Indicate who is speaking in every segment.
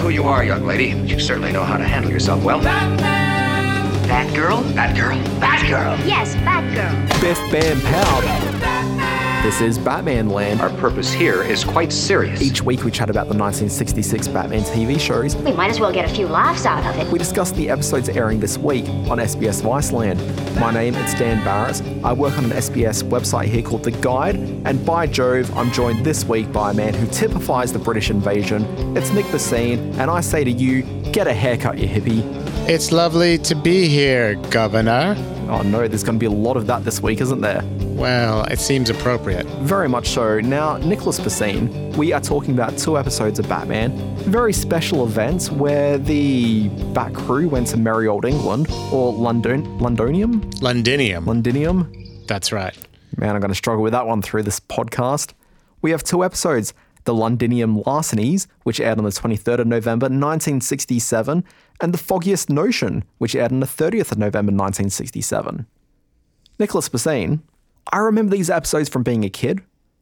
Speaker 1: who you are, young lady, but you certainly know how to handle yourself well. That girl? That girl? That girl!
Speaker 2: Yes, Batgirl.
Speaker 3: Biff Bam Pow. This is Batman Land.
Speaker 1: Our purpose here is quite serious.
Speaker 3: Each week we chat about the 1966 Batman TV shows.
Speaker 2: We might as well get a few laughs out of it.
Speaker 3: We discuss the episodes airing this week on SBS Viceland. My name is Dan Barrett. I work on an SBS website here called The Guide, and by Jove, I'm joined this week by a man who typifies the British invasion. It's Nick Bassine, and I say to you, get a haircut, you hippie.
Speaker 4: It's lovely to be here, Governor.
Speaker 3: Oh no, there's going to be a lot of that this week, isn't there?
Speaker 4: Well, it seems appropriate.
Speaker 3: Very much so. Now, Nicholas Bassine, we are talking about two episodes of Batman, very special events where the Bat crew went to merry old England or London, Londonium,
Speaker 4: Londinium.
Speaker 3: Londinium.
Speaker 4: That's right.
Speaker 3: Man, I'm going to struggle with that one through this podcast. We have two episodes The Londinium Larcenies, which aired on the 23rd of November 1967, and The Foggiest Notion, which aired on the 30th of November 1967. Nicholas Bassine, I remember these episodes from being a kid,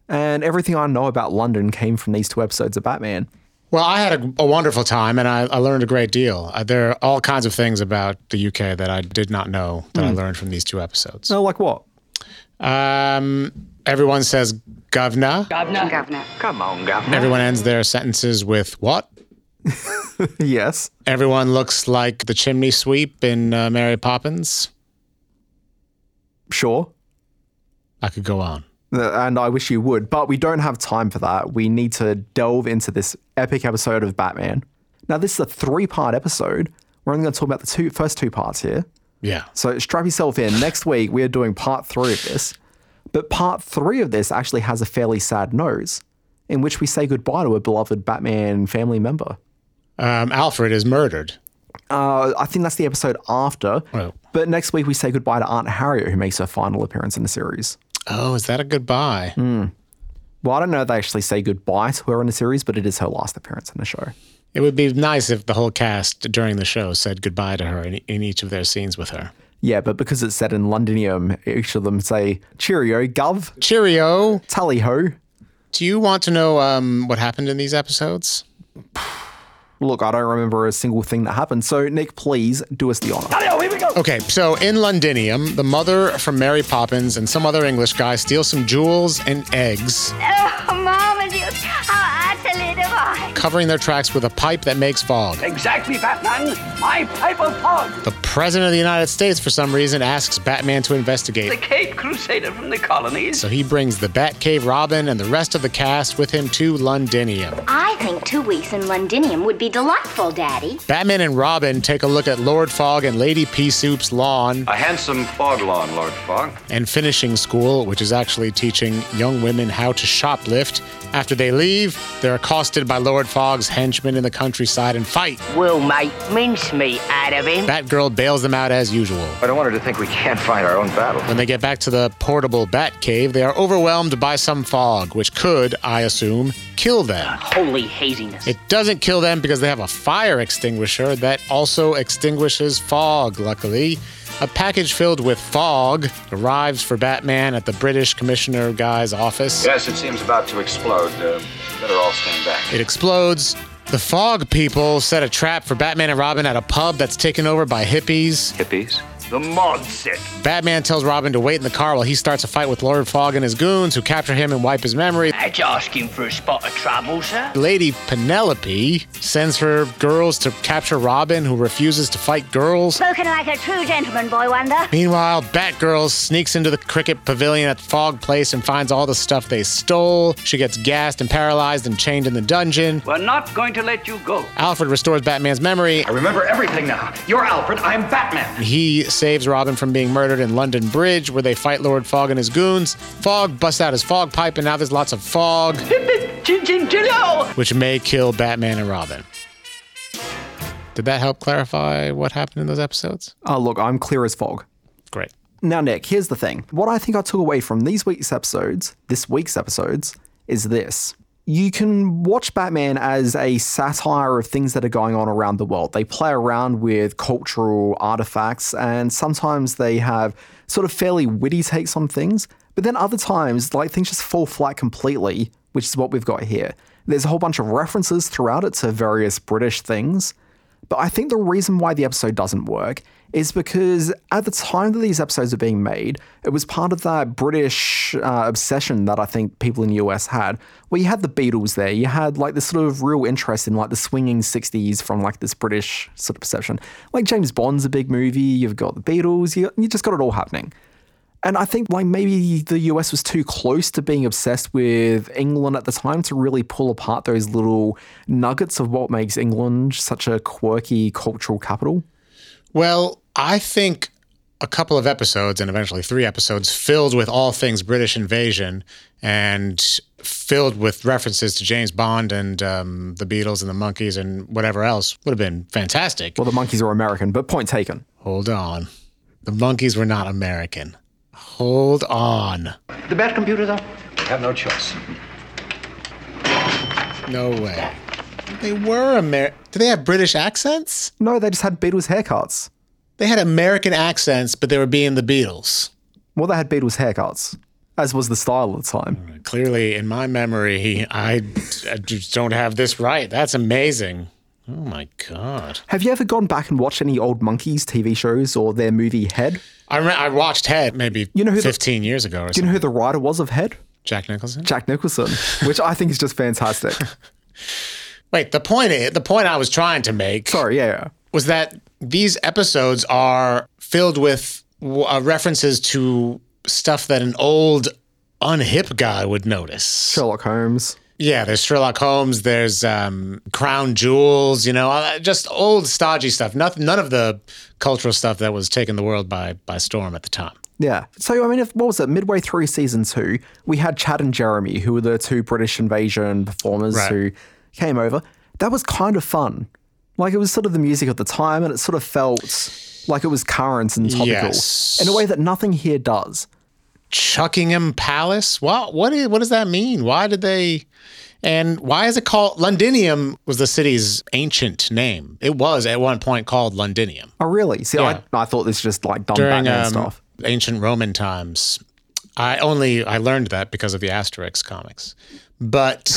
Speaker 3: and everything I know about London came from these two episodes of Batman.
Speaker 4: Well, I had a, a wonderful time and I, I learned a great deal. Uh, there are all kinds of things about the UK that I did not know that I learned from these two episodes.
Speaker 3: So, Oh, like what?
Speaker 4: Um, everyone says Governor.
Speaker 2: Governor.
Speaker 1: Come on, Governor.
Speaker 4: Everyone ends their sentences with what?
Speaker 3: Yes.
Speaker 4: Everyone looks like the chimney sweep in uh, Mary Poppins.
Speaker 3: Sure.
Speaker 4: I could go on.
Speaker 3: Uh, And I wish you would, but we don't have time for that. We need to delve into this epic episode of Batman. Now, this is a three part episode. We're only going to talk about the two first two parts here.
Speaker 4: Yeah.
Speaker 3: So strap yourself in. Next week, we are doing part three of this. But part three of this actually has a fairly sad nose in which we say goodbye to a beloved Batman family member.
Speaker 4: Um, Alfred is murdered.
Speaker 3: Uh, I think that's the episode after.
Speaker 4: Right.
Speaker 3: But next week, we say goodbye to Aunt Harriet, who makes her final appearance in the series.
Speaker 4: Oh, is that a goodbye?
Speaker 3: Well, I don't know if they actually say goodbye to her in the series, but it is her last appearance in the show.
Speaker 4: It would be nice if the whole cast during the show said goodbye to her in, in each of their scenes with her.
Speaker 3: Yeah, but because it's said in Londinium, each of them say cheerio, gov,
Speaker 4: Cheerio.
Speaker 3: tally ho.
Speaker 4: Do you want to know um, what happened in these episodes?
Speaker 3: Look, I don't remember a single thing that happened. So, Nick, please do us the honor.
Speaker 4: Okay, so in Londinium, the mother from Mary Poppins and some other English guy steal some jewels and eggs,
Speaker 2: Oh, Mama dear, how utterly divine.
Speaker 4: covering their tracks with a pipe that makes fog.
Speaker 1: Exactly, Batman. My pipe of fog.
Speaker 4: The President of the United States, for some reason, asks Batman to investigate.
Speaker 1: Cape Crusader from the colonies.
Speaker 4: So he brings the Batcave Robin and the rest of the cast with him to Londinium.
Speaker 2: I think two weeks in Londinium would be delightful, Daddy.
Speaker 4: Batman and Robin take a look at Lord Fogg and Lady Pea Soup's lawn
Speaker 1: A handsome fog lawn, Lord Fogg.
Speaker 4: and finishing school, which is actually teaching young women how to shoplift. After they leave, they're accosted by Lord Fogg's henchmen in the countryside and fight.
Speaker 5: We'll make mincemeat out of him.
Speaker 4: Batgirl bails them out as usual.
Speaker 1: I don't want her to think we can't fight our own battle.
Speaker 4: When they get back to the portable bat cave, they are overwhelmed by some fog, which could, I assume, kill them.
Speaker 5: Holy haziness.
Speaker 4: It doesn't kill them because they have a fire extinguisher that also extinguishes fog, luckily. A package filled with fog arrives for Batman at the British Commissioner guy's office.
Speaker 1: Yes, it seems about to explode. Uh, better all stand back.
Speaker 4: It explodes. The fog people set a trap for Batman and Robin at a pub that's taken over by hippies.
Speaker 1: Hippies. The mod set.
Speaker 4: Batman tells Robin to wait in the car while he starts a fight with Lord Fog and his goons, who capture him and wipe his memory.
Speaker 5: That's asking for a spot of trouble, sir.
Speaker 4: Lady Penelope sends her girls to capture Robin, who refuses to fight girls.
Speaker 2: Spoken like a true gentleman, boy wonder.
Speaker 4: Meanwhile, Batgirl sneaks into the cricket pavilion at Fog Place and finds all the stuff they stole. She gets gassed and paralyzed and chained in the dungeon.
Speaker 6: We're not going to let you go.
Speaker 4: Alfred restores Batman's memory.
Speaker 1: I remember everything now. You're Alfred. I'm Batman.
Speaker 4: He saves Robin from being murdered in London Bridge, where they fight Lord Fog and his goons. Fog busts out his fog pipe, and now there's lots of fog,
Speaker 6: Chin chin chillo!
Speaker 4: which may kill Batman and Robin. Did that help clarify what happened in those episodes?
Speaker 3: Oh, look, I'm clear as fog.
Speaker 4: Great.
Speaker 3: Now, Nick, here's the thing. What I think I took away from these week's episodes, this week's episodes, is this. You can watch Batman as a satire of things that are going on around the world. They play around with cultural artifacts, and sometimes they have sort of fairly witty takes on things, but then other times, like, things just fall flat completely, which is what we've got here. There's a whole bunch of references throughout it to various British things. But I think the reason why the episode doesn't work is because at the time that these episodes are being made, it was part of that British uh, obsession that I think people in the US had, where you had the Beatles there, you had like this sort of real interest in like the swinging 60s from like this British sort of perception. Like James Bond's a big movie, you've got the Beatles, you, you just got it all happening. And I think like maybe the US was too close to being obsessed with England at the time to really pull apart those little nuggets of what makes England such a quirky cultural capital.
Speaker 4: Well, I think a couple of episodes and eventually three episodes filled with all things British invasion and filled with references to James Bond and um, the Beatles and the Monkeys and whatever else would have been fantastic.
Speaker 3: Well, the monkeys are American, but point taken.
Speaker 4: Hold on. The Monkeys were not American. Hold on.
Speaker 1: The bad computer, though? We have no choice.
Speaker 4: No way. They were Amer. Do they have British accents?
Speaker 3: No, they just had Beatles haircuts.
Speaker 4: They had American accents, but they were being the Beatles.
Speaker 3: Well, they had Beatles haircuts, as was the style at the time.
Speaker 4: Clearly, in my memory, I, I just don't have this right. That's amazing. Oh my god!
Speaker 3: Have you ever gone back and watched any old monkeys TV shows or their movie Head?
Speaker 4: I remember I watched Head maybe
Speaker 3: You know who the-
Speaker 4: fifteen years
Speaker 3: Do
Speaker 4: ago or
Speaker 3: you
Speaker 4: something.
Speaker 3: know who the writer was of Head?
Speaker 4: Jack Nicholson.
Speaker 3: Jack Nicholson, which I think is just fantastic.
Speaker 4: Wait, the point i- the point I was trying to make
Speaker 3: Sorry, yeah, yeah.
Speaker 4: was that these episodes are filled with w- uh, references to stuff that an old, unhip guy would notice.
Speaker 3: Sherlock Holmes.
Speaker 4: Yeah, there's Sherlock Holmes. There's um, Crown Jewels. You know, uh, just old stodgy stuff. Nothing, none of the cultural stuff that was taking the world by by storm at the time.
Speaker 3: Yeah. So, I mean, if, what was it? Midway through season two, we had Chad and Jeremy, who were the two British invasion performers
Speaker 4: Right.
Speaker 3: who came over. That was kind of fun. Like, it was sort of the music of the time, and it sort of felt like it was current and topical
Speaker 4: Yes.
Speaker 3: in a way that nothing here does.
Speaker 4: Chuckingham Palace. What what is, what does that mean? Why did they? And why is it called Londinium? Was the city's ancient name? It was at one point called Londinium
Speaker 3: Oh, really? See,
Speaker 4: Yeah.
Speaker 3: I, I thought this was just like dumb
Speaker 4: during
Speaker 3: Batman
Speaker 4: um,
Speaker 3: stuff.
Speaker 4: ancient Roman times. I only I learned that because of the Asterix comics, but.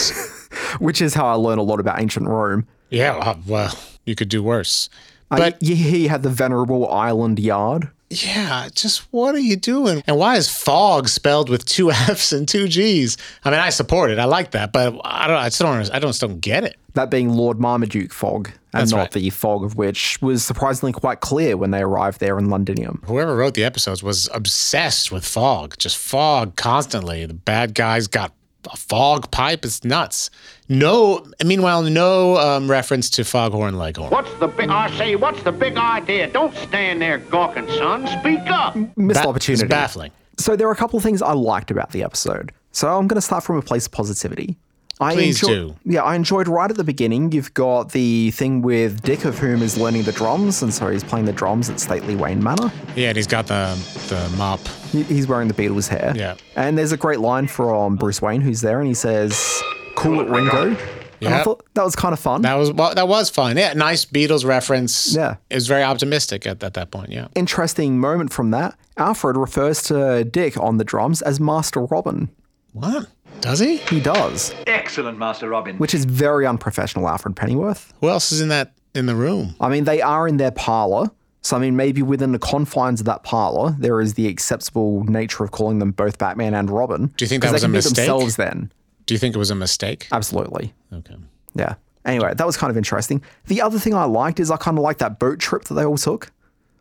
Speaker 3: which is how I learn a lot about ancient Rome.
Speaker 4: Yeah, well, well, you could do worse.
Speaker 3: But
Speaker 4: But
Speaker 3: he had the venerable island yard.
Speaker 4: yeah, just what are you doing? And why is fog spelled with two F's and two G's? I mean, I support it. I like that, but I don't. I still don't. I don't. Still don't get it.
Speaker 3: That being Lord Marmaduke fog, and
Speaker 4: That's
Speaker 3: not
Speaker 4: right.
Speaker 3: the fog of which was surprisingly quite clear when they arrived there in Londinium.
Speaker 4: Whoever wrote the episodes was obsessed with fog. Just fog constantly. The bad guys got a fog pipe. It's nuts. No. Meanwhile, no um, reference to Foghorn Leghorn.
Speaker 7: What's the big? I say, what's the big idea? Don't stand there gawking, son. Speak up.
Speaker 3: Missed
Speaker 4: Ba-
Speaker 3: opportunity.
Speaker 4: It's baffling.
Speaker 3: So there are a couple of things I liked about the episode. So I'm going to start from a place of positivity. I
Speaker 4: Please
Speaker 3: enjoy-
Speaker 4: do.
Speaker 3: Yeah, I enjoyed right at the beginning. You've got the thing with Dick, of whom is learning the drums, and so he's playing the drums at Stately Wayne Manor.
Speaker 4: Yeah, and he's got the the mop.
Speaker 3: He- He's wearing the Beatles hair.
Speaker 4: Yeah.
Speaker 3: And there's a great line from Bruce Wayne who's there and he says, Cool it, Ringo. And I
Speaker 4: Yep.
Speaker 3: thought that was kind of fun.
Speaker 4: That was well, that was fun. Yeah, nice Beatles reference.
Speaker 3: Yeah.
Speaker 4: it was very optimistic at, at that point. Yeah,
Speaker 3: Interesting moment from that. Alfred refers to Dick on the drums as Master Robin.
Speaker 4: what does he?
Speaker 3: He does,
Speaker 6: Excellent, Master Robin.
Speaker 3: which is very unprofessional, Alfred Pennyworth.
Speaker 4: Who else is in that in the room?
Speaker 3: I mean, they are in their parlor. So, I mean, maybe within the confines of that parlor, there is the acceptable nature of calling them both Batman and Robin.
Speaker 4: Do you think that
Speaker 3: 'Cause
Speaker 4: was
Speaker 3: they
Speaker 4: a
Speaker 3: can be
Speaker 4: mistake?
Speaker 3: themselves then.
Speaker 4: Do you think it was a mistake?
Speaker 3: Absolutely.
Speaker 4: Okay,
Speaker 3: Yeah. Anyway, that was kind of interesting. The other thing I liked is I kind of liked that boat trip that they all took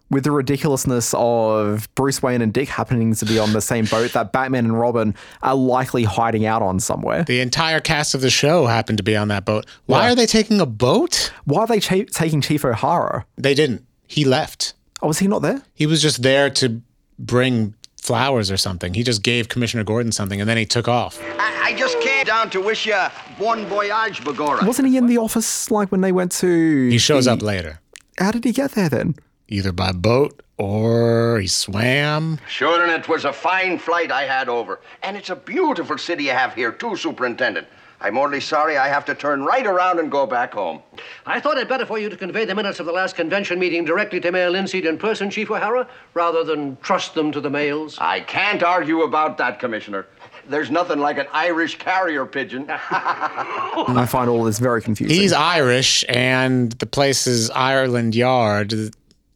Speaker 3: with the ridiculousness of Bruce Wayne and Dick happening to be on the same boat that Batman and Robin are likely hiding out on somewhere.
Speaker 4: the entire cast of the show happened to be on that boat. Why are they taking a boat?
Speaker 3: Why are they cha- taking Chief O'Hara?
Speaker 4: They didn't. He left.
Speaker 3: Oh, was he not there?
Speaker 4: He was just there to bring flowers or something. He just gave Commissioner Gordon something, and then he took off.
Speaker 1: I, I just came down to wish you bon voyage, Begora.
Speaker 3: Wasn't he in the office like when they went to?
Speaker 4: He shows up later,
Speaker 3: How did he get there then?
Speaker 4: either by boat or he swam.
Speaker 1: Sure, and it was a fine flight I had over. And it's a beautiful city you have here, too, Superintendent. I'm only sorry I have to turn right around and go back home.
Speaker 8: I thought it better for you to convey the minutes of the last convention meeting directly to Mayor Linseed in person, Chief O'Hara, rather than trust them to the mails.
Speaker 1: I can't argue about that, Commissioner. There's nothing like an Irish carrier pigeon.
Speaker 3: I find all this very confusing.
Speaker 4: He's Irish, and the place is Ireland Yard.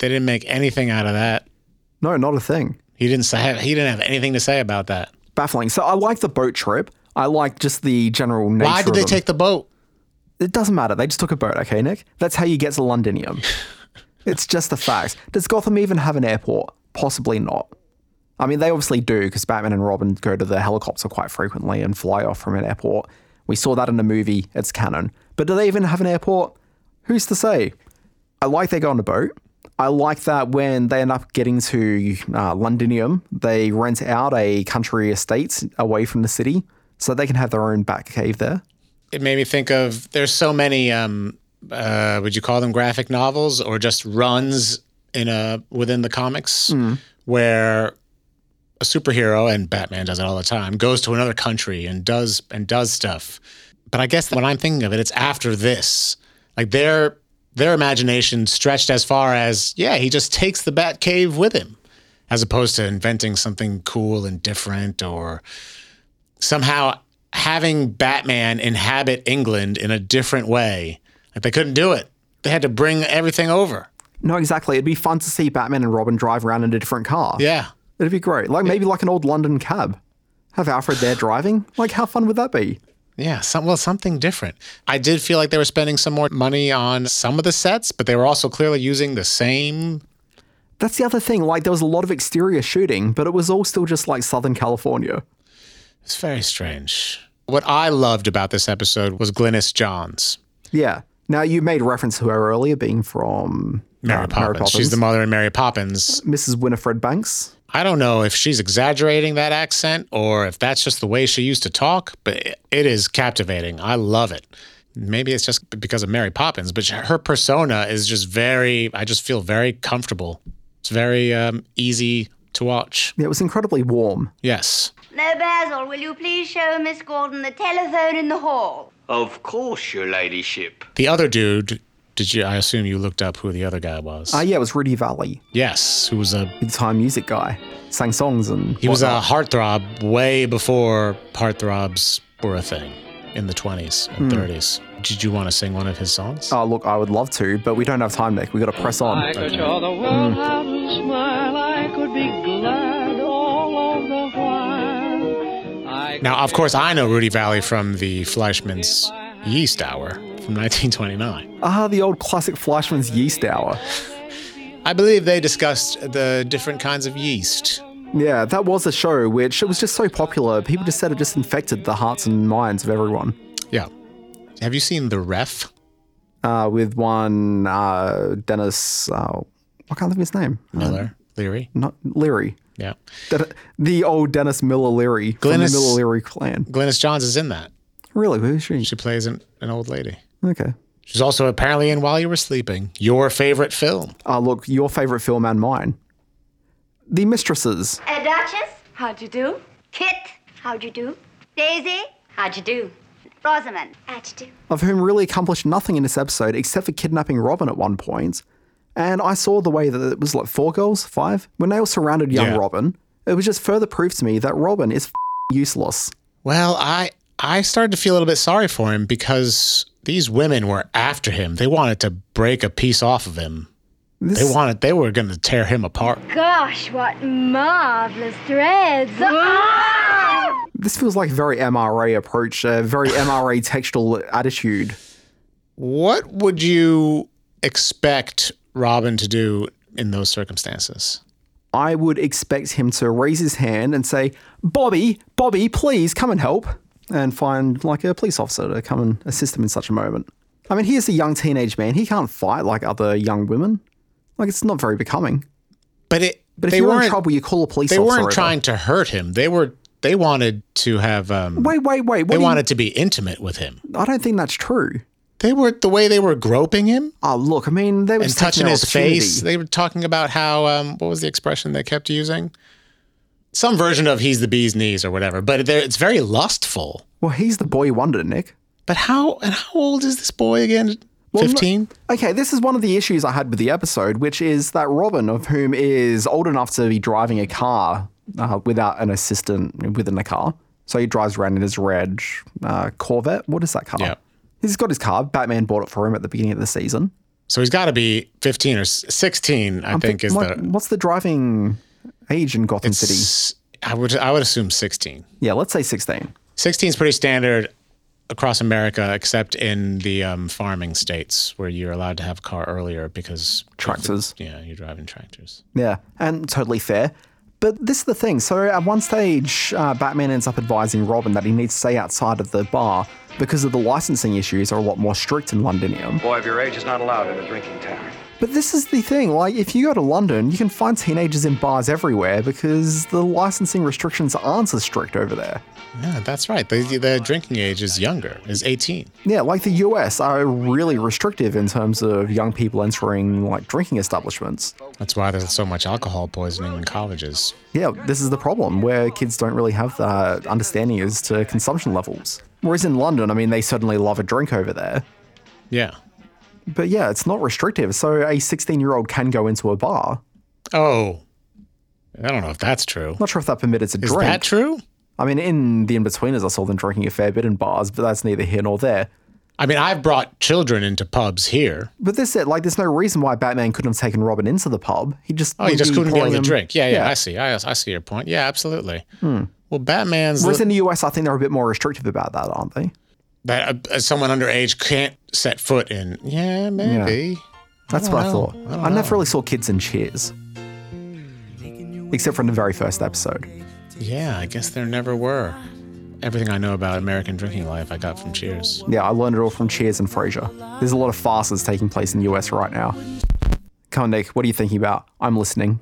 Speaker 4: They didn't make anything out of that.
Speaker 3: no, not a thing.
Speaker 4: He didn't say. He didn't have anything to say about that.
Speaker 3: Baffling. So I like the boat trip. I like just the general nature.
Speaker 4: Why did
Speaker 3: of
Speaker 4: they
Speaker 3: them.
Speaker 4: take the boat?
Speaker 3: It doesn't matter. They just took a boat, okay, Nick? That's how you get to Londinium. it's just the facts. Does Gotham even have an airport? Possibly not. I mean, they obviously do because Batman and Robin go to the helicopter quite frequently and fly off from an airport. We saw that in the movie. It's canon. But do they even have an airport? Who's to say? I like they go on a boat. I like that when they end up getting to uh, Londinium, they rent out a country estate away from the city so they can have their own bat cave there.
Speaker 4: It made me think of. There's so many. Um, uh, would you call them graphic novels or just runs in a within the comics where a superhero and Batman does it all the time goes to another country and does and does stuff. But I guess when I'm thinking of it, it's after this. Like their their imagination stretched as far as yeah, he just takes the Bat Cave with him, as opposed to inventing something cool and different or somehow having Batman inhabit England in a different way. Like they couldn't do it. They had to bring everything over.
Speaker 3: No, exactly. It'd be fun to see Batman and Robin drive around in a different car.
Speaker 4: Yeah.
Speaker 3: It'd be great. Like maybe like an old London cab. Have Alfred there driving. Like how fun would that be?
Speaker 4: Yeah, some, well, something different. I did feel like they were spending some more money on some of the sets, but they were also clearly using the same.
Speaker 3: That's the other thing. Like there was a lot of exterior shooting, but it was all still just like Southern California.
Speaker 4: It's very strange. What I loved about this episode was Glynis Johns,
Speaker 3: Yeah. Now you made reference to her earlier being from
Speaker 4: Uh, Mary,
Speaker 3: um,
Speaker 4: Poppins. She's the mother in Mary Poppins.
Speaker 3: Mrs. Winifred Banks.
Speaker 4: I don't know if she's exaggerating that accent or if that's just the way she used to talk, but it- it is captivating. I love it. Maybe it's just because of Mary Poppins, but her persona is just very, I just feel very comfortable. It's very um, easy to watch.
Speaker 3: Yeah, it was incredibly warm.
Speaker 4: Yes.
Speaker 2: Now, Basil, will you please show Miss Gordon the telephone in the hall?
Speaker 5: Of course, your ladyship.
Speaker 4: The other dude, did you? I assume you looked up who the other guy was.
Speaker 3: Uh, yeah, it was Rudy Valley,
Speaker 4: yes, who was a
Speaker 3: big time music guy. Sang songs and
Speaker 4: he was a
Speaker 3: whatnot.
Speaker 4: heartthrob way before heartthrobs were a thing in the twenties and thirties. Did you want to sing one of his songs?
Speaker 3: Oh look, I would love to, but we don't have time, Nick. We gotta press on.
Speaker 6: could show the world how to smile. I could be glad all of the while. I
Speaker 4: Now, of course, I know Rudy Valley from the Fleischman's Yeast Hour from 1929.
Speaker 3: Ah, the old classic Fleischmann's yeast hour.
Speaker 4: I believe they discussed the different kinds of yeast.
Speaker 3: Yeah, that was a show which it was just so popular. People just said it just infected the hearts and minds of everyone.
Speaker 4: Yeah. Have you seen The Ref?
Speaker 3: Uh, with one uh, Dennis, uh, I can't think of his name.
Speaker 4: Miller? Leary?
Speaker 3: Not Leary.
Speaker 4: Yeah.
Speaker 3: Den- the old Dennis Miller Leary from
Speaker 4: Glynis-
Speaker 3: the Miller Leary clan.
Speaker 4: Glynis Johns is in that.
Speaker 3: Really? Who's she?
Speaker 4: She plays an, an old lady.
Speaker 3: Okay.
Speaker 4: She's also apparently in While You Were Sleeping, your favorite film.
Speaker 3: Uh, look, your favorite film and mine. The Mistresses.
Speaker 2: A Uh, Duchess?
Speaker 9: How'd you do?
Speaker 2: Kit? How'd you do? Daisy?
Speaker 9: How'd you do?
Speaker 2: Rosamond? How'd you do?
Speaker 3: of whom really accomplished nothing in this episode except for kidnapping Robin at one point. And I saw the way that it was like four girls, five, when they all surrounded young
Speaker 4: Yeah.
Speaker 3: Robin. It was just further proof to me that Robin is f***ing useless.
Speaker 4: Well, I I started to feel a little bit sorry for him because these women were after him. They wanted to break a piece off of him.
Speaker 3: This,
Speaker 4: They wanted they were going to tear him apart.
Speaker 2: Gosh, what marvelous threads.
Speaker 3: this feels like a very MRA approach, a very MRA textual attitude.
Speaker 4: What would you expect Robin to do in those circumstances?
Speaker 3: I would expect him to raise his hand and say, Bobby, Bobby, please come and help, and find like a police officer to come and assist him in such a moment. I mean, he is a young teenage man. He can't fight like other young women. Like, it's not very becoming.
Speaker 4: But it
Speaker 3: But if
Speaker 4: they
Speaker 3: you're
Speaker 4: weren't
Speaker 3: in trouble, you call a police
Speaker 4: they
Speaker 3: officer.
Speaker 4: weren't
Speaker 3: over.
Speaker 4: trying to hurt him. They were they wanted to have um
Speaker 3: Wait, wait, wait. What
Speaker 4: they
Speaker 3: do you-
Speaker 4: wanted to be intimate with him.
Speaker 3: I don't think that's true.
Speaker 4: They were the way they were groping him
Speaker 3: Oh, look, I mean, they were
Speaker 4: and
Speaker 3: just taking
Speaker 4: touching
Speaker 3: an
Speaker 4: his face.
Speaker 3: opportunity.
Speaker 4: They were talking about how um what was the expression they kept using? Some version of he's the bee's knees or whatever. But they're- it's very lustful.
Speaker 3: Well, he's the boy wonder, Nick.
Speaker 4: But how and how old is this boy again?
Speaker 3: Well, no-
Speaker 4: Fifteen.
Speaker 3: Okay, this is one of the issues I had with the episode, which is that Robin, of whom is old enough to be driving a car uh, without an assistant within the car, So he drives around in his red uh, Corvette. What is that car?
Speaker 4: Yeah.
Speaker 3: He's got his car. Batman bought it for him at the beginning of the season.
Speaker 4: So he's got to be 15 or s- 16, I think, is
Speaker 3: What-
Speaker 4: the.
Speaker 3: what's the driving age in Gotham City?
Speaker 4: s- I would I would assume 16.
Speaker 3: Yeah, let's say 16.
Speaker 4: 16 is pretty standard across America, except in the um, farming states where you're allowed to have a car earlier because
Speaker 3: Tractors.
Speaker 4: Yeah, you're driving tractors.
Speaker 3: Yeah, and totally fair. But this is the thing. So at one stage, uh, Batman ends up advising Robin that he needs to stay outside of the bar because of the licensing issues are a lot more strict in Londinium.
Speaker 9: Boy of your age is not allowed in a drinking town.
Speaker 3: But this is the thing. Like, if you go to London, you can find teenagers in bars everywhere because the licensing restrictions aren't as strict over there.
Speaker 4: Yeah, that's right. The, the drinking age is younger, is 18.
Speaker 3: Yeah, like the US are really restrictive in terms of young people entering like drinking establishments.
Speaker 4: That's why there's so much alcohol poisoning in colleges.
Speaker 3: Yeah, this is the problem where kids don't really have that understanding as to consumption levels. Whereas in London, I mean, they certainly love a drink over there.
Speaker 4: Yeah.
Speaker 3: But yeah, it's not restrictive. So a 16 year old can go into a bar.
Speaker 4: Oh, I don't know if that's true.
Speaker 3: Not sure if that permitted to
Speaker 4: Is
Speaker 3: drink.
Speaker 4: that true?
Speaker 3: I mean, in the in betweeners, I saw them drinking a fair bit in bars, but that's neither here nor there.
Speaker 4: I mean, I've brought children into pubs here.
Speaker 3: But this it. Like, there's no reason why Batman couldn't have taken Robin into the pub. He just
Speaker 4: Oh, you
Speaker 3: would
Speaker 4: just couldn't be
Speaker 3: pouring
Speaker 4: able to
Speaker 3: him-
Speaker 4: drink. Yeah, yeah, Hmm. I see. I, I see your point. Yeah, absolutely. Well, Batman's
Speaker 3: Whereas in the US, I think they're a bit more restrictive about that, aren't they?
Speaker 4: that uh, someone underage can't set foot in. Yeah, maybe.
Speaker 3: That's what I
Speaker 4: know.
Speaker 3: thought. I, never really saw kids in Cheers, except for in the very first episode.
Speaker 4: Yeah. I guess there never were. Everything I know about American drinking life, I got from Cheers.
Speaker 3: Yeah, I learned it all from Cheers and Frasier. There's a lot of farces taking place in the US right now. Come on, Nick, what are you thinking about? I'm listening.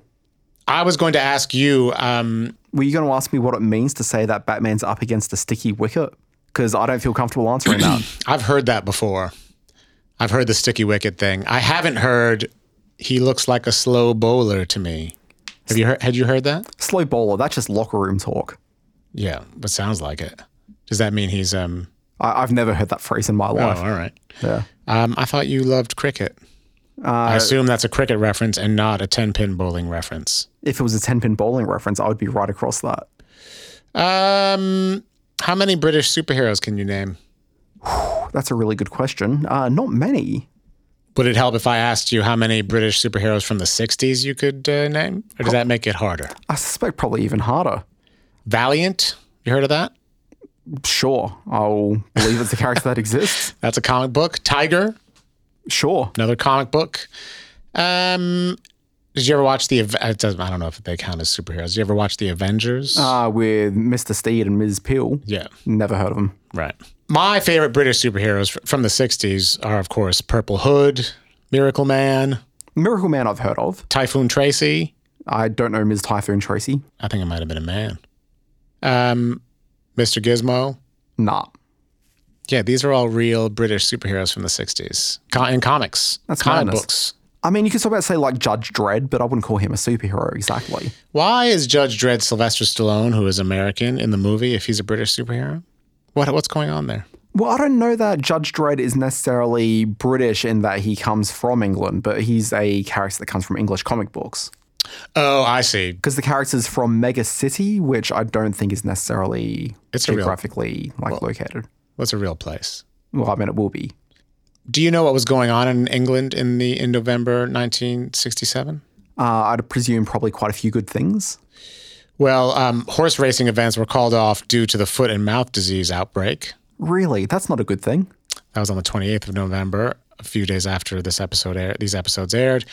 Speaker 4: I was going to ask you. Um,
Speaker 3: Were you going to ask me what it means to say that Batman's up against a sticky wicket? Because I don't feel comfortable answering that.
Speaker 4: I've heard that before. I've heard the sticky wicket thing. I haven't heard. He looks like a slow bowler to me. Have you heard? Had you heard that?
Speaker 3: Slow bowler, that's just locker room talk.
Speaker 4: Yeah, but sounds like it. Does that mean he's um?
Speaker 3: I, I've never heard that phrase in my
Speaker 4: Oh,
Speaker 3: life.
Speaker 4: all right.
Speaker 3: Yeah.
Speaker 4: Um, I thought you loved cricket. I assume that's a cricket reference and not a ten pin bowling reference.
Speaker 3: If it was a 10 pin bowling reference, I would be right across that.
Speaker 4: Um, how many British superheroes can you name?
Speaker 3: That's a really good question. Uh, not many.
Speaker 4: Would it help if I asked you how many British superheroes from the '60s you could uh, name, or does that make it harder?
Speaker 3: I suspect probably even harder.
Speaker 4: Valiant, you heard of that?
Speaker 3: Sure, I'll believe it's a character that exists.
Speaker 4: That's a comic book. Tiger,
Speaker 3: Sure.
Speaker 4: another comic book. Um, did you ever watch the? Ave- It doesn't. I don't know if they count as superheroes. Did you ever watch the Avengers?
Speaker 3: Uh, with Mr. Steed and Ms. Peel.
Speaker 4: yeah.
Speaker 3: Never heard of them.
Speaker 4: Right. My favorite British superheroes fr- from the 60s are, of course, Purple Hood, Miracle Man,
Speaker 3: Miracle Man, I've heard of.
Speaker 4: Typhoon Tracy.
Speaker 3: I don't know Ms. Typhoon Tracy.
Speaker 4: I think it might have been a man. Um, Mr. Gizmo.
Speaker 3: Nah.
Speaker 4: Yeah, these are all real British superheroes from the 60s Co- in comics,
Speaker 3: That's
Speaker 4: comic
Speaker 3: madness.
Speaker 4: books.
Speaker 3: I mean, you could talk about, say, like Judge Dredd, but I wouldn't call him a superhero exactly.
Speaker 4: Why is Judge Dredd Sylvester Stallone, who is American in the movie, if he's a British superhero? What, what's going on there?
Speaker 3: Well, I don't know that Judge Dredd is necessarily British in that he comes from England, but he's a character that comes from English comic books.
Speaker 4: Oh, I see.
Speaker 3: Because the character's from Mega City, which I don't think is necessarily
Speaker 4: It's a real-
Speaker 3: geographically like located.
Speaker 4: That's a real place.
Speaker 3: Well, I mean, it will be.
Speaker 4: Do you know what was going on in England in the in November 1967?
Speaker 3: Uh, I'd presume probably quite a few good things.
Speaker 4: Well, um, horse racing events were called off due to the foot and mouth disease outbreak.
Speaker 3: Really, that's not a good thing.
Speaker 4: That was on the 28th of November, a few days after this episode air, these episodes aired.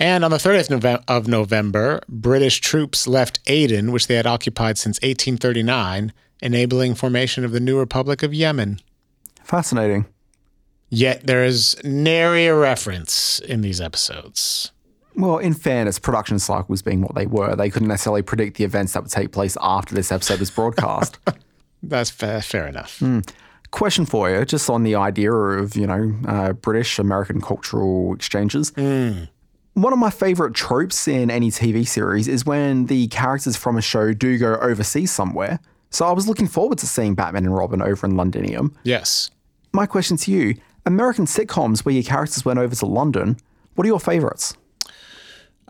Speaker 4: And on the 30th Nove- of November, British troops left Aden, which they had occupied since 1839, enabling formation of the new Republic of Yemen.
Speaker 3: Fascinating.
Speaker 4: Yet there is nary a reference in these episodes.
Speaker 3: Well, in fairness, production cycles being what they were, they couldn't necessarily predict the events that would take place after this episode was broadcast.
Speaker 4: That's fair, fair enough.
Speaker 3: Question for you, just on the idea of, you know, uh, British American cultural exchanges. One of my favorite tropes in any TV series is when the characters from a show do go overseas somewhere. So I was looking forward to seeing Batman and Robin over in Londinium.
Speaker 4: Yes.
Speaker 3: My question to you American sitcoms where your characters went over to London, what are your favorites?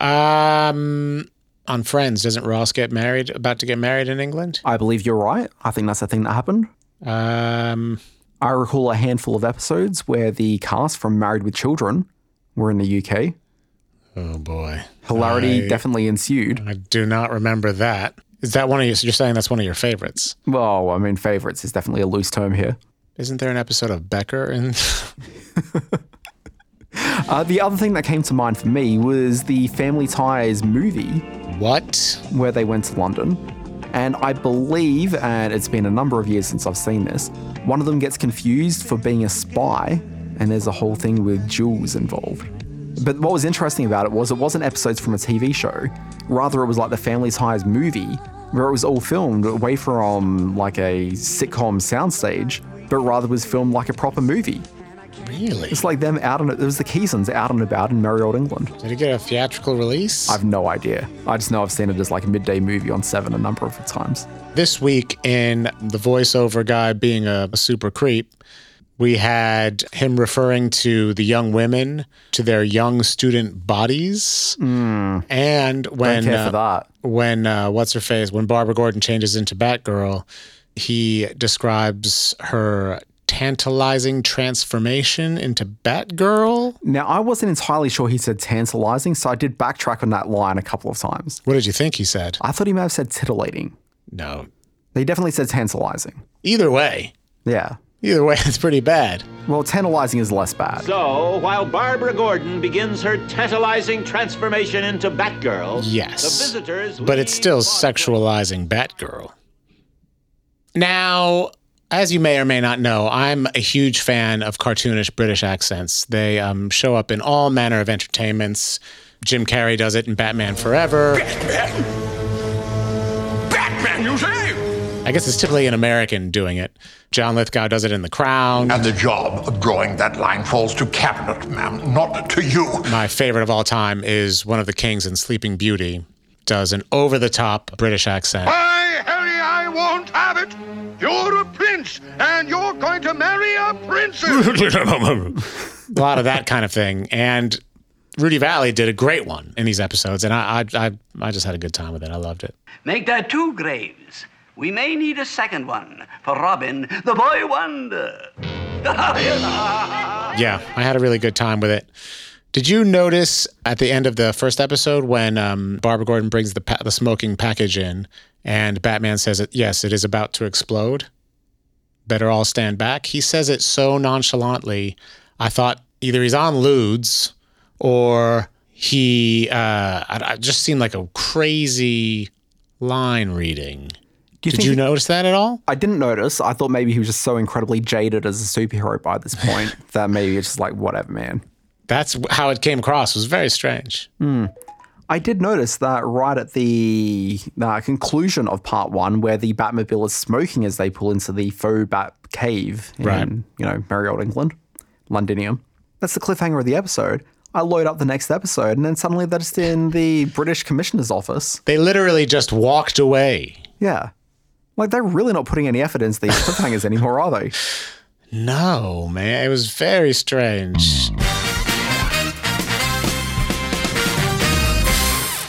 Speaker 4: Um, on Friends, doesn't Ross get married, about to get married in England?
Speaker 3: I believe you're right. I think that's the thing that happened.
Speaker 4: Um,
Speaker 3: I recall a handful of episodes where the cast from Married with Children were in the UK.
Speaker 4: oh boy.
Speaker 3: Hilarity
Speaker 4: I-
Speaker 3: definitely ensued.
Speaker 4: I do not remember that. Is that one of your, you're saying that's one of your favorites?
Speaker 3: Well, I mean, favourites is definitely a loose term here.
Speaker 4: Isn't there an episode of Becker? And
Speaker 3: Uh, the other thing that came to mind for me was the Family Ties movie
Speaker 4: what?
Speaker 3: where they went to London. And I believe, and it's been a number of years since I've seen this, one of them gets confused for being a spy, and there's a whole thing with jewels involved. But what was interesting about it was it wasn't episodes from a TV show. Rather, it was like the Family Ties movie, where it was all filmed away from like a sitcom soundstage, but rather was filmed like a proper movie.
Speaker 4: Really?
Speaker 3: It's like them out and it was the Keysons out and about in merry old England.
Speaker 4: Did it get a theatrical release?
Speaker 3: I've no idea. I just know I've seen it as like a midday movie on Seven a number of times.
Speaker 4: this week in the voiceover guy being a, a super creep we had him referring to the young women to their young student bodies and when
Speaker 3: Hmm. care
Speaker 4: uh,
Speaker 3: for that.
Speaker 4: when uh, what's her face when barbara gordon changes into batgirl he describes her tantalizing transformation into batgirl
Speaker 3: Now, I wasn't entirely sure he said tantalizing, so I did backtrack on that line a couple of times.
Speaker 4: what did you think he said
Speaker 3: I thought he may have said titillating.
Speaker 4: no
Speaker 3: He definitely said tantalizing.
Speaker 4: either way
Speaker 3: Yeah.
Speaker 4: either way it's pretty bad
Speaker 3: Well, tantalizing is less bad.
Speaker 5: So, while Barbara Gordon begins her tantalizing transformation into Batgirl,
Speaker 4: Yes.
Speaker 5: the visitors.
Speaker 4: but it's still
Speaker 5: leave
Speaker 4: sexualizing Batgirl. Now, as you may or may not know, I'm a huge fan of cartoonish British accents. They um, show up in all manner of entertainments. Jim Carrey does it in Batman Forever.
Speaker 9: Batman, you say?
Speaker 4: I guess it's typically an American doing it. John Lithgow does it in The Crown.
Speaker 9: And the job of drawing that line falls to cabinet, ma'am, not to you.
Speaker 4: My favorite of all time is one of the kings in Sleeping Beauty, does an over the top British accent.
Speaker 9: By Harry, I won't have it. You're a prince, and you're going to marry a princess.
Speaker 4: a lot of that kind of thing. And Rudy Valley did a great one in these episodes, and I I, I, I just had a good time with it. I loved it.
Speaker 10: Make that two graves. We may need a second one for Robin, the boy wonder.
Speaker 4: Yeah, I had a really good time with it. Did you notice at the end of the first episode when um, Barbara Gordon brings the pa- the smoking package in, and Batman says it? Yes, it is about to explode. Better all stand back. He says it so nonchalantly. I thought either he's on lewds or he. Uh, I, I just seemed like a crazy line reading.
Speaker 3: Do
Speaker 4: Did you notice that at all?
Speaker 3: I didn't notice. I thought maybe he was just so incredibly jaded as a superhero by this point that maybe it's just like, whatever, man.
Speaker 4: That's how it came across. It was very strange.
Speaker 3: I did notice that right at the uh, conclusion of part one, where the Batmobile is smoking as they pull into the faux Bat cave in,
Speaker 4: Right.
Speaker 3: you know, merry old England, Londinium. That's the cliffhanger of the episode. I load up the next episode, and then suddenly they're just in the British Commissioner's office.
Speaker 4: They literally just walked away.
Speaker 3: Yeah. Like, they're really not putting any effort into these cliffhangers anymore, are they?
Speaker 4: No, man. It was very strange.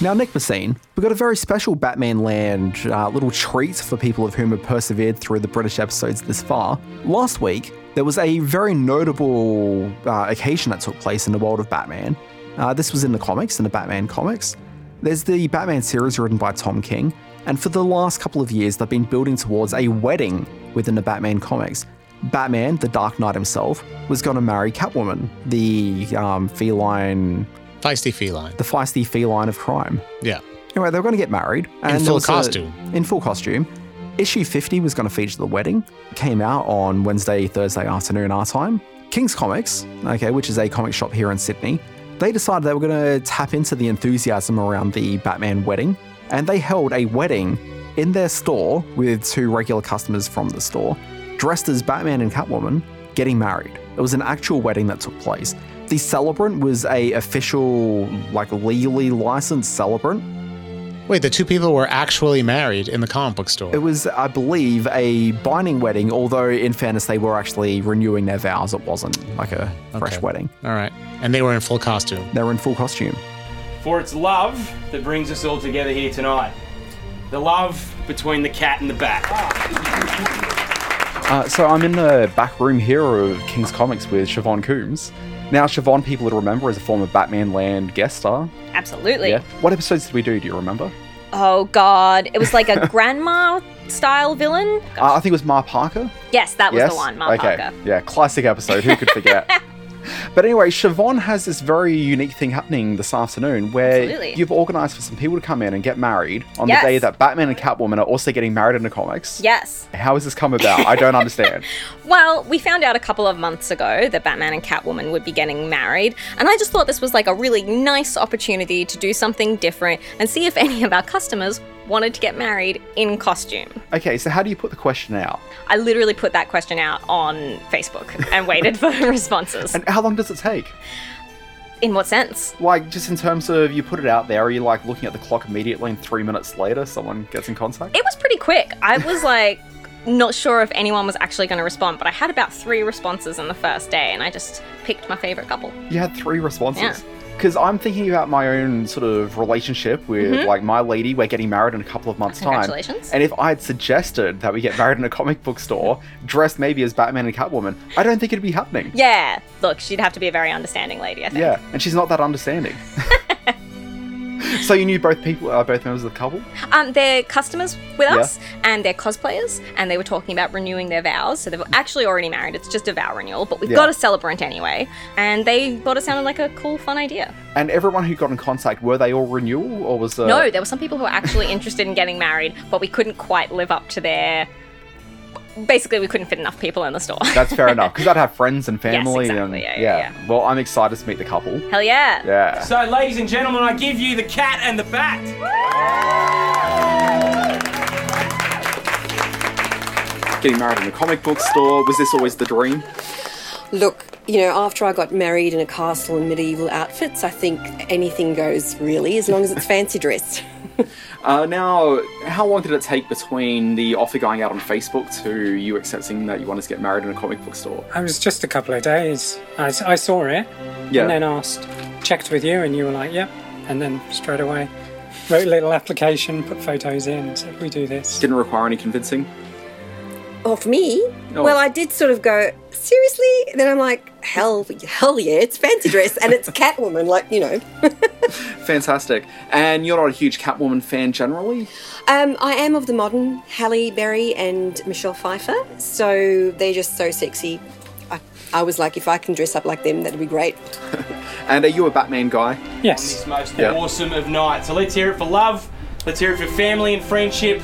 Speaker 3: Now, Nick Messine, we've got a very special Batman Land uh, little treat for people of whom have persevered through the British episodes this far. Last week, there was a very notable uh, occasion that took place in the world of Batman. Uh, this was in the comics, in the Batman comics. There's the Batman series written by Tom King, and for the last couple of years, they've been building towards a wedding within the Batman comics. Batman, the Dark Knight himself, was going to marry Catwoman, the um, feline,
Speaker 4: Feisty feline.
Speaker 3: the feisty feline of crime.
Speaker 4: Yeah.
Speaker 3: Anyway, they were going to get married. And there
Speaker 4: full
Speaker 3: was a-
Speaker 4: costume.
Speaker 3: in full costume. Issue 50 was going to feature the wedding. Came out on Wednesday, Thursday afternoon, our time. King's Comics, okay, which is a comic shop here in Sydney, they decided they were going to tap into the enthusiasm around the Batman wedding. And they held a wedding in their store with two regular customers from the store, dressed as Batman and Catwoman, getting married. It was an actual wedding that took place. The celebrant was a official, like legally licensed celebrant
Speaker 4: Wait, the two people were actually married in the comic book
Speaker 3: It
Speaker 4: store.
Speaker 3: was, I believe, a binding wedding, although in fairness, they were actually renewing their vows. It wasn't like a fresh
Speaker 4: Okay.
Speaker 3: wedding.
Speaker 4: All right. And they were in full costume.
Speaker 3: They were in full costume.
Speaker 11: for it's love that brings us all together here tonight. The love between the cat and the bat.
Speaker 12: Uh, so I'm in the backroom hero of King's Comics with Siobhan Coombs. Now, Siobhan, people would remember as a former Batman Land guest star.
Speaker 13: Absolutely.
Speaker 12: Yeah. What episodes did we do? Do you remember?
Speaker 13: Oh God, it was like a grandma style villain.
Speaker 12: Uh, I think it was Ma Parker.
Speaker 13: Yes, that was
Speaker 12: yes?
Speaker 13: the one, Mark
Speaker 12: okay.
Speaker 13: Parker.
Speaker 12: Yeah, classic episode. Who could forget? but anyway, Siobhan has this very unique thing happening this afternoon where
Speaker 13: Absolutely.
Speaker 12: you've organised for some people to come in and get married on
Speaker 13: Yes.
Speaker 12: the day that Batman and Catwoman are also getting married in the comics.
Speaker 13: Yes.
Speaker 12: How has this come about? I don't understand.
Speaker 13: Well, we found out a couple of months ago that Batman and Catwoman would be getting married, and I just thought this was like a really nice opportunity to do something different and see if any of our customers wanted to get married in costume.
Speaker 12: Okay, so how do you put the question out?
Speaker 13: I literally put that question out on Facebook and waited for responses.
Speaker 12: And how long does it take?
Speaker 13: In what sense?
Speaker 12: Like, just in terms of you put it out there, are you like looking at the clock immediately and three minutes later someone gets in contact?
Speaker 13: It was pretty quick. I was like not sure if anyone was actually going to respond, but I had about three responses in the first day, and I just picked my favorite couple.
Speaker 12: You had three responses.
Speaker 13: Yeah.
Speaker 12: Because I'm thinking about my own sort of relationship with
Speaker 13: Mhm.
Speaker 12: like my lady. We're getting married in a couple of months' time.
Speaker 13: Congratulations.
Speaker 12: And if I had suggested that we get married in a comic book store, dressed maybe as Batman and Catwoman, I don't think it'd be happening.
Speaker 13: Yeah, look, she'd have to be a very understanding lady, I think.
Speaker 12: Yeah, and she's not that understanding. so you knew both people, uh, both members of the couple.
Speaker 13: Um, they're customers with
Speaker 12: Yeah.
Speaker 13: us, and they're cosplayers, and they were talking about renewing their vows. So they're actually already married. It's just a vow renewal, but we've
Speaker 12: Yeah.
Speaker 13: got a celebrant anyway. And they thought it sounded like a cool, fun idea.
Speaker 12: And everyone who got in contact, were they all renewal or was uh,
Speaker 13: no, there were some people who were actually interested in getting married, but we couldn't quite live up to their. Basically, we couldn't fit enough people in the store.
Speaker 12: That's fair enough because I'd have friends and family
Speaker 13: exactly, yeah,
Speaker 12: and
Speaker 13: yeah,
Speaker 12: Well, I'm excited to meet the couple.
Speaker 13: Hell yeah.
Speaker 12: Yeah.
Speaker 11: So, ladies and gentlemen, I give you the cat and the bat.
Speaker 12: Getting married in a comic book store was this always the dream?
Speaker 14: Look, you know, after I got married in a castle in medieval outfits, I think anything goes really, as long as it's fancy dressed.
Speaker 12: Uh, now, how long did it take between the offer going out on Facebook to you accepting that you wanted to get married in a comic book store?
Speaker 15: It was just a couple of days. I, s- I saw it
Speaker 12: Yeah.
Speaker 15: and then asked, checked with you, and you were like, yep. And then straight away wrote a little application, put photos in, said, we do this.
Speaker 12: Didn't require any convincing.
Speaker 14: Of me?
Speaker 12: Oh.
Speaker 14: Well, I did sort of go, seriously? Then I'm like, hell, hell yeah, it's fancy dress and it's Catwoman, like, you know.
Speaker 12: Fantastic. And you're not a huge Catwoman fan generally?
Speaker 14: Um, I am of the modern Halle Berry and Michelle Pfeiffer, so they're just so sexy. I, I was like, if I can dress up like them, that'd be great.
Speaker 12: And are you a Batman guy?
Speaker 15: Yes.
Speaker 11: On this most
Speaker 12: Yeah.
Speaker 11: awesome of nights. So let's hear it for love. Let's hear it for family and friendship,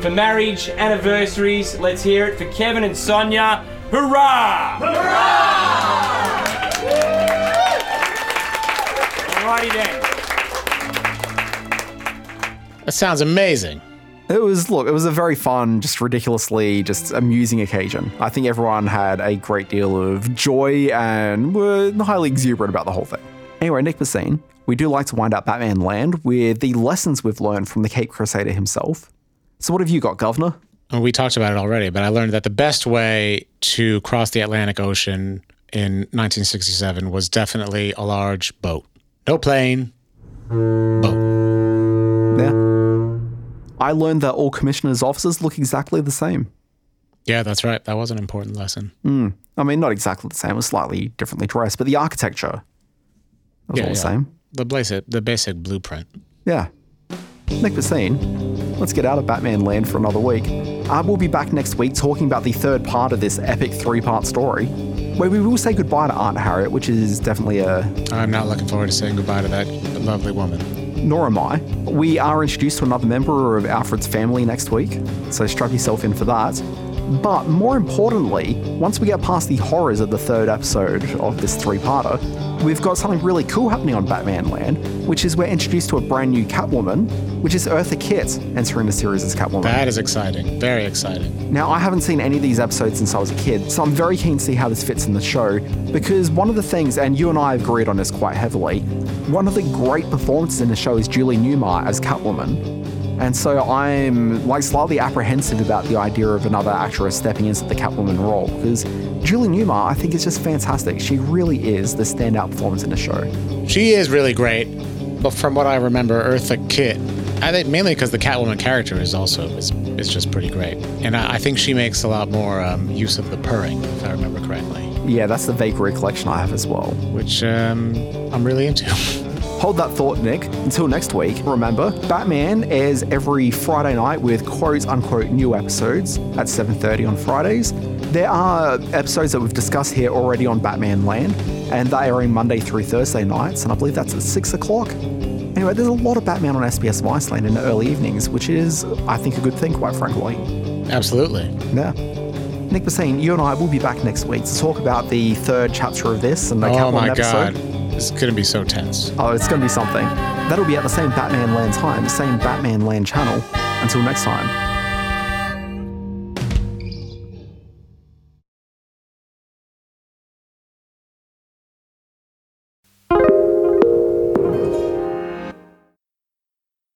Speaker 11: for marriage, anniversaries. Let's hear it for Kevin and Sonia. Hurrah! Alrighty then.
Speaker 4: That sounds amazing.
Speaker 3: It was, look, it was a very fun, just ridiculously, just amusing occasion. I think everyone had a great deal of joy and were highly exuberant about the whole thing. Anyway, Nick Messine, we do like to wind up Batman Land with the lessons we've learned from the Cape Crusader himself. So, what have you got, Governor?
Speaker 4: Well, we talked about it already, but I learned that the best way to cross the Atlantic Ocean in 1967 was definitely a large boat. No plane.
Speaker 3: I learned that all commissioners' offices look exactly the same.
Speaker 4: Yeah, that's right. That was an important lesson.
Speaker 3: Hmm. I mean, not exactly the same, it was slightly differently dressed, but the architecture was
Speaker 4: yeah,
Speaker 3: all the
Speaker 4: yeah.
Speaker 3: same.
Speaker 4: The basic, the basic blueprint.
Speaker 3: Yeah. Nick Bassine, let's get out of Batman Land for another week. I will be back next week talking about the third part of this epic three part story, where we will say goodbye to Aunt Harriet, which is definitely a.
Speaker 4: I'm not looking forward to saying goodbye to that lovely woman.
Speaker 3: Nor am I. We are introduced to another member of Alfred's family next week, so strap yourself in for that. But more importantly, once we get past the horrors of the third episode of this three parter, we've got something really cool happening on Batman Land, which is we're introduced to a brand new Catwoman, which is Eartha Kitt entering the series as Catwoman.
Speaker 4: That is exciting. Very exciting.
Speaker 3: Now, I haven't seen any of these episodes since I was a kid, so I'm very keen to see how this fits in the show because one of the things, and you and I have agreed on this quite heavily, one of the great performances in the show is Julie Newmar as Catwoman. And so I'm like slightly apprehensive about the idea of another actress stepping into the Catwoman role because Julie Newmar, I think, is just fantastic. She really is the standout performance in the show.
Speaker 4: She is really great. But from what I remember, Eartha Kitt, I think mainly because the Catwoman character is also is, is just pretty great, and I, I think she makes a lot more um, use of the purring, if I remember correctly.
Speaker 3: Yeah, that's the vague recollection I have as well.
Speaker 4: Which um, I'm really into.
Speaker 3: Hold that thought, Nick. Until next week, remember, Batman airs every Friday night with quote unquote new episodes at 7.30 on Fridays. There are episodes that we've discussed here already on Batman Land, and they're airing Monday through Thursday nights, and I believe that's at 6 o'clock. Anyway, there's a lot of Batman on SBS Iceland in the early evenings, which is, I think, a good thing, quite frankly.
Speaker 4: Absolutely.
Speaker 3: Yeah. Nick Bassine, you and I will be back next week to talk about the third chapter of this and the
Speaker 4: oh
Speaker 3: Catwoman
Speaker 4: my
Speaker 3: episode.
Speaker 4: god, it's gonna be so tense.
Speaker 3: Oh, it's going to be something. That'll be at the same Batman Land time, same Batman Land channel. Until next time,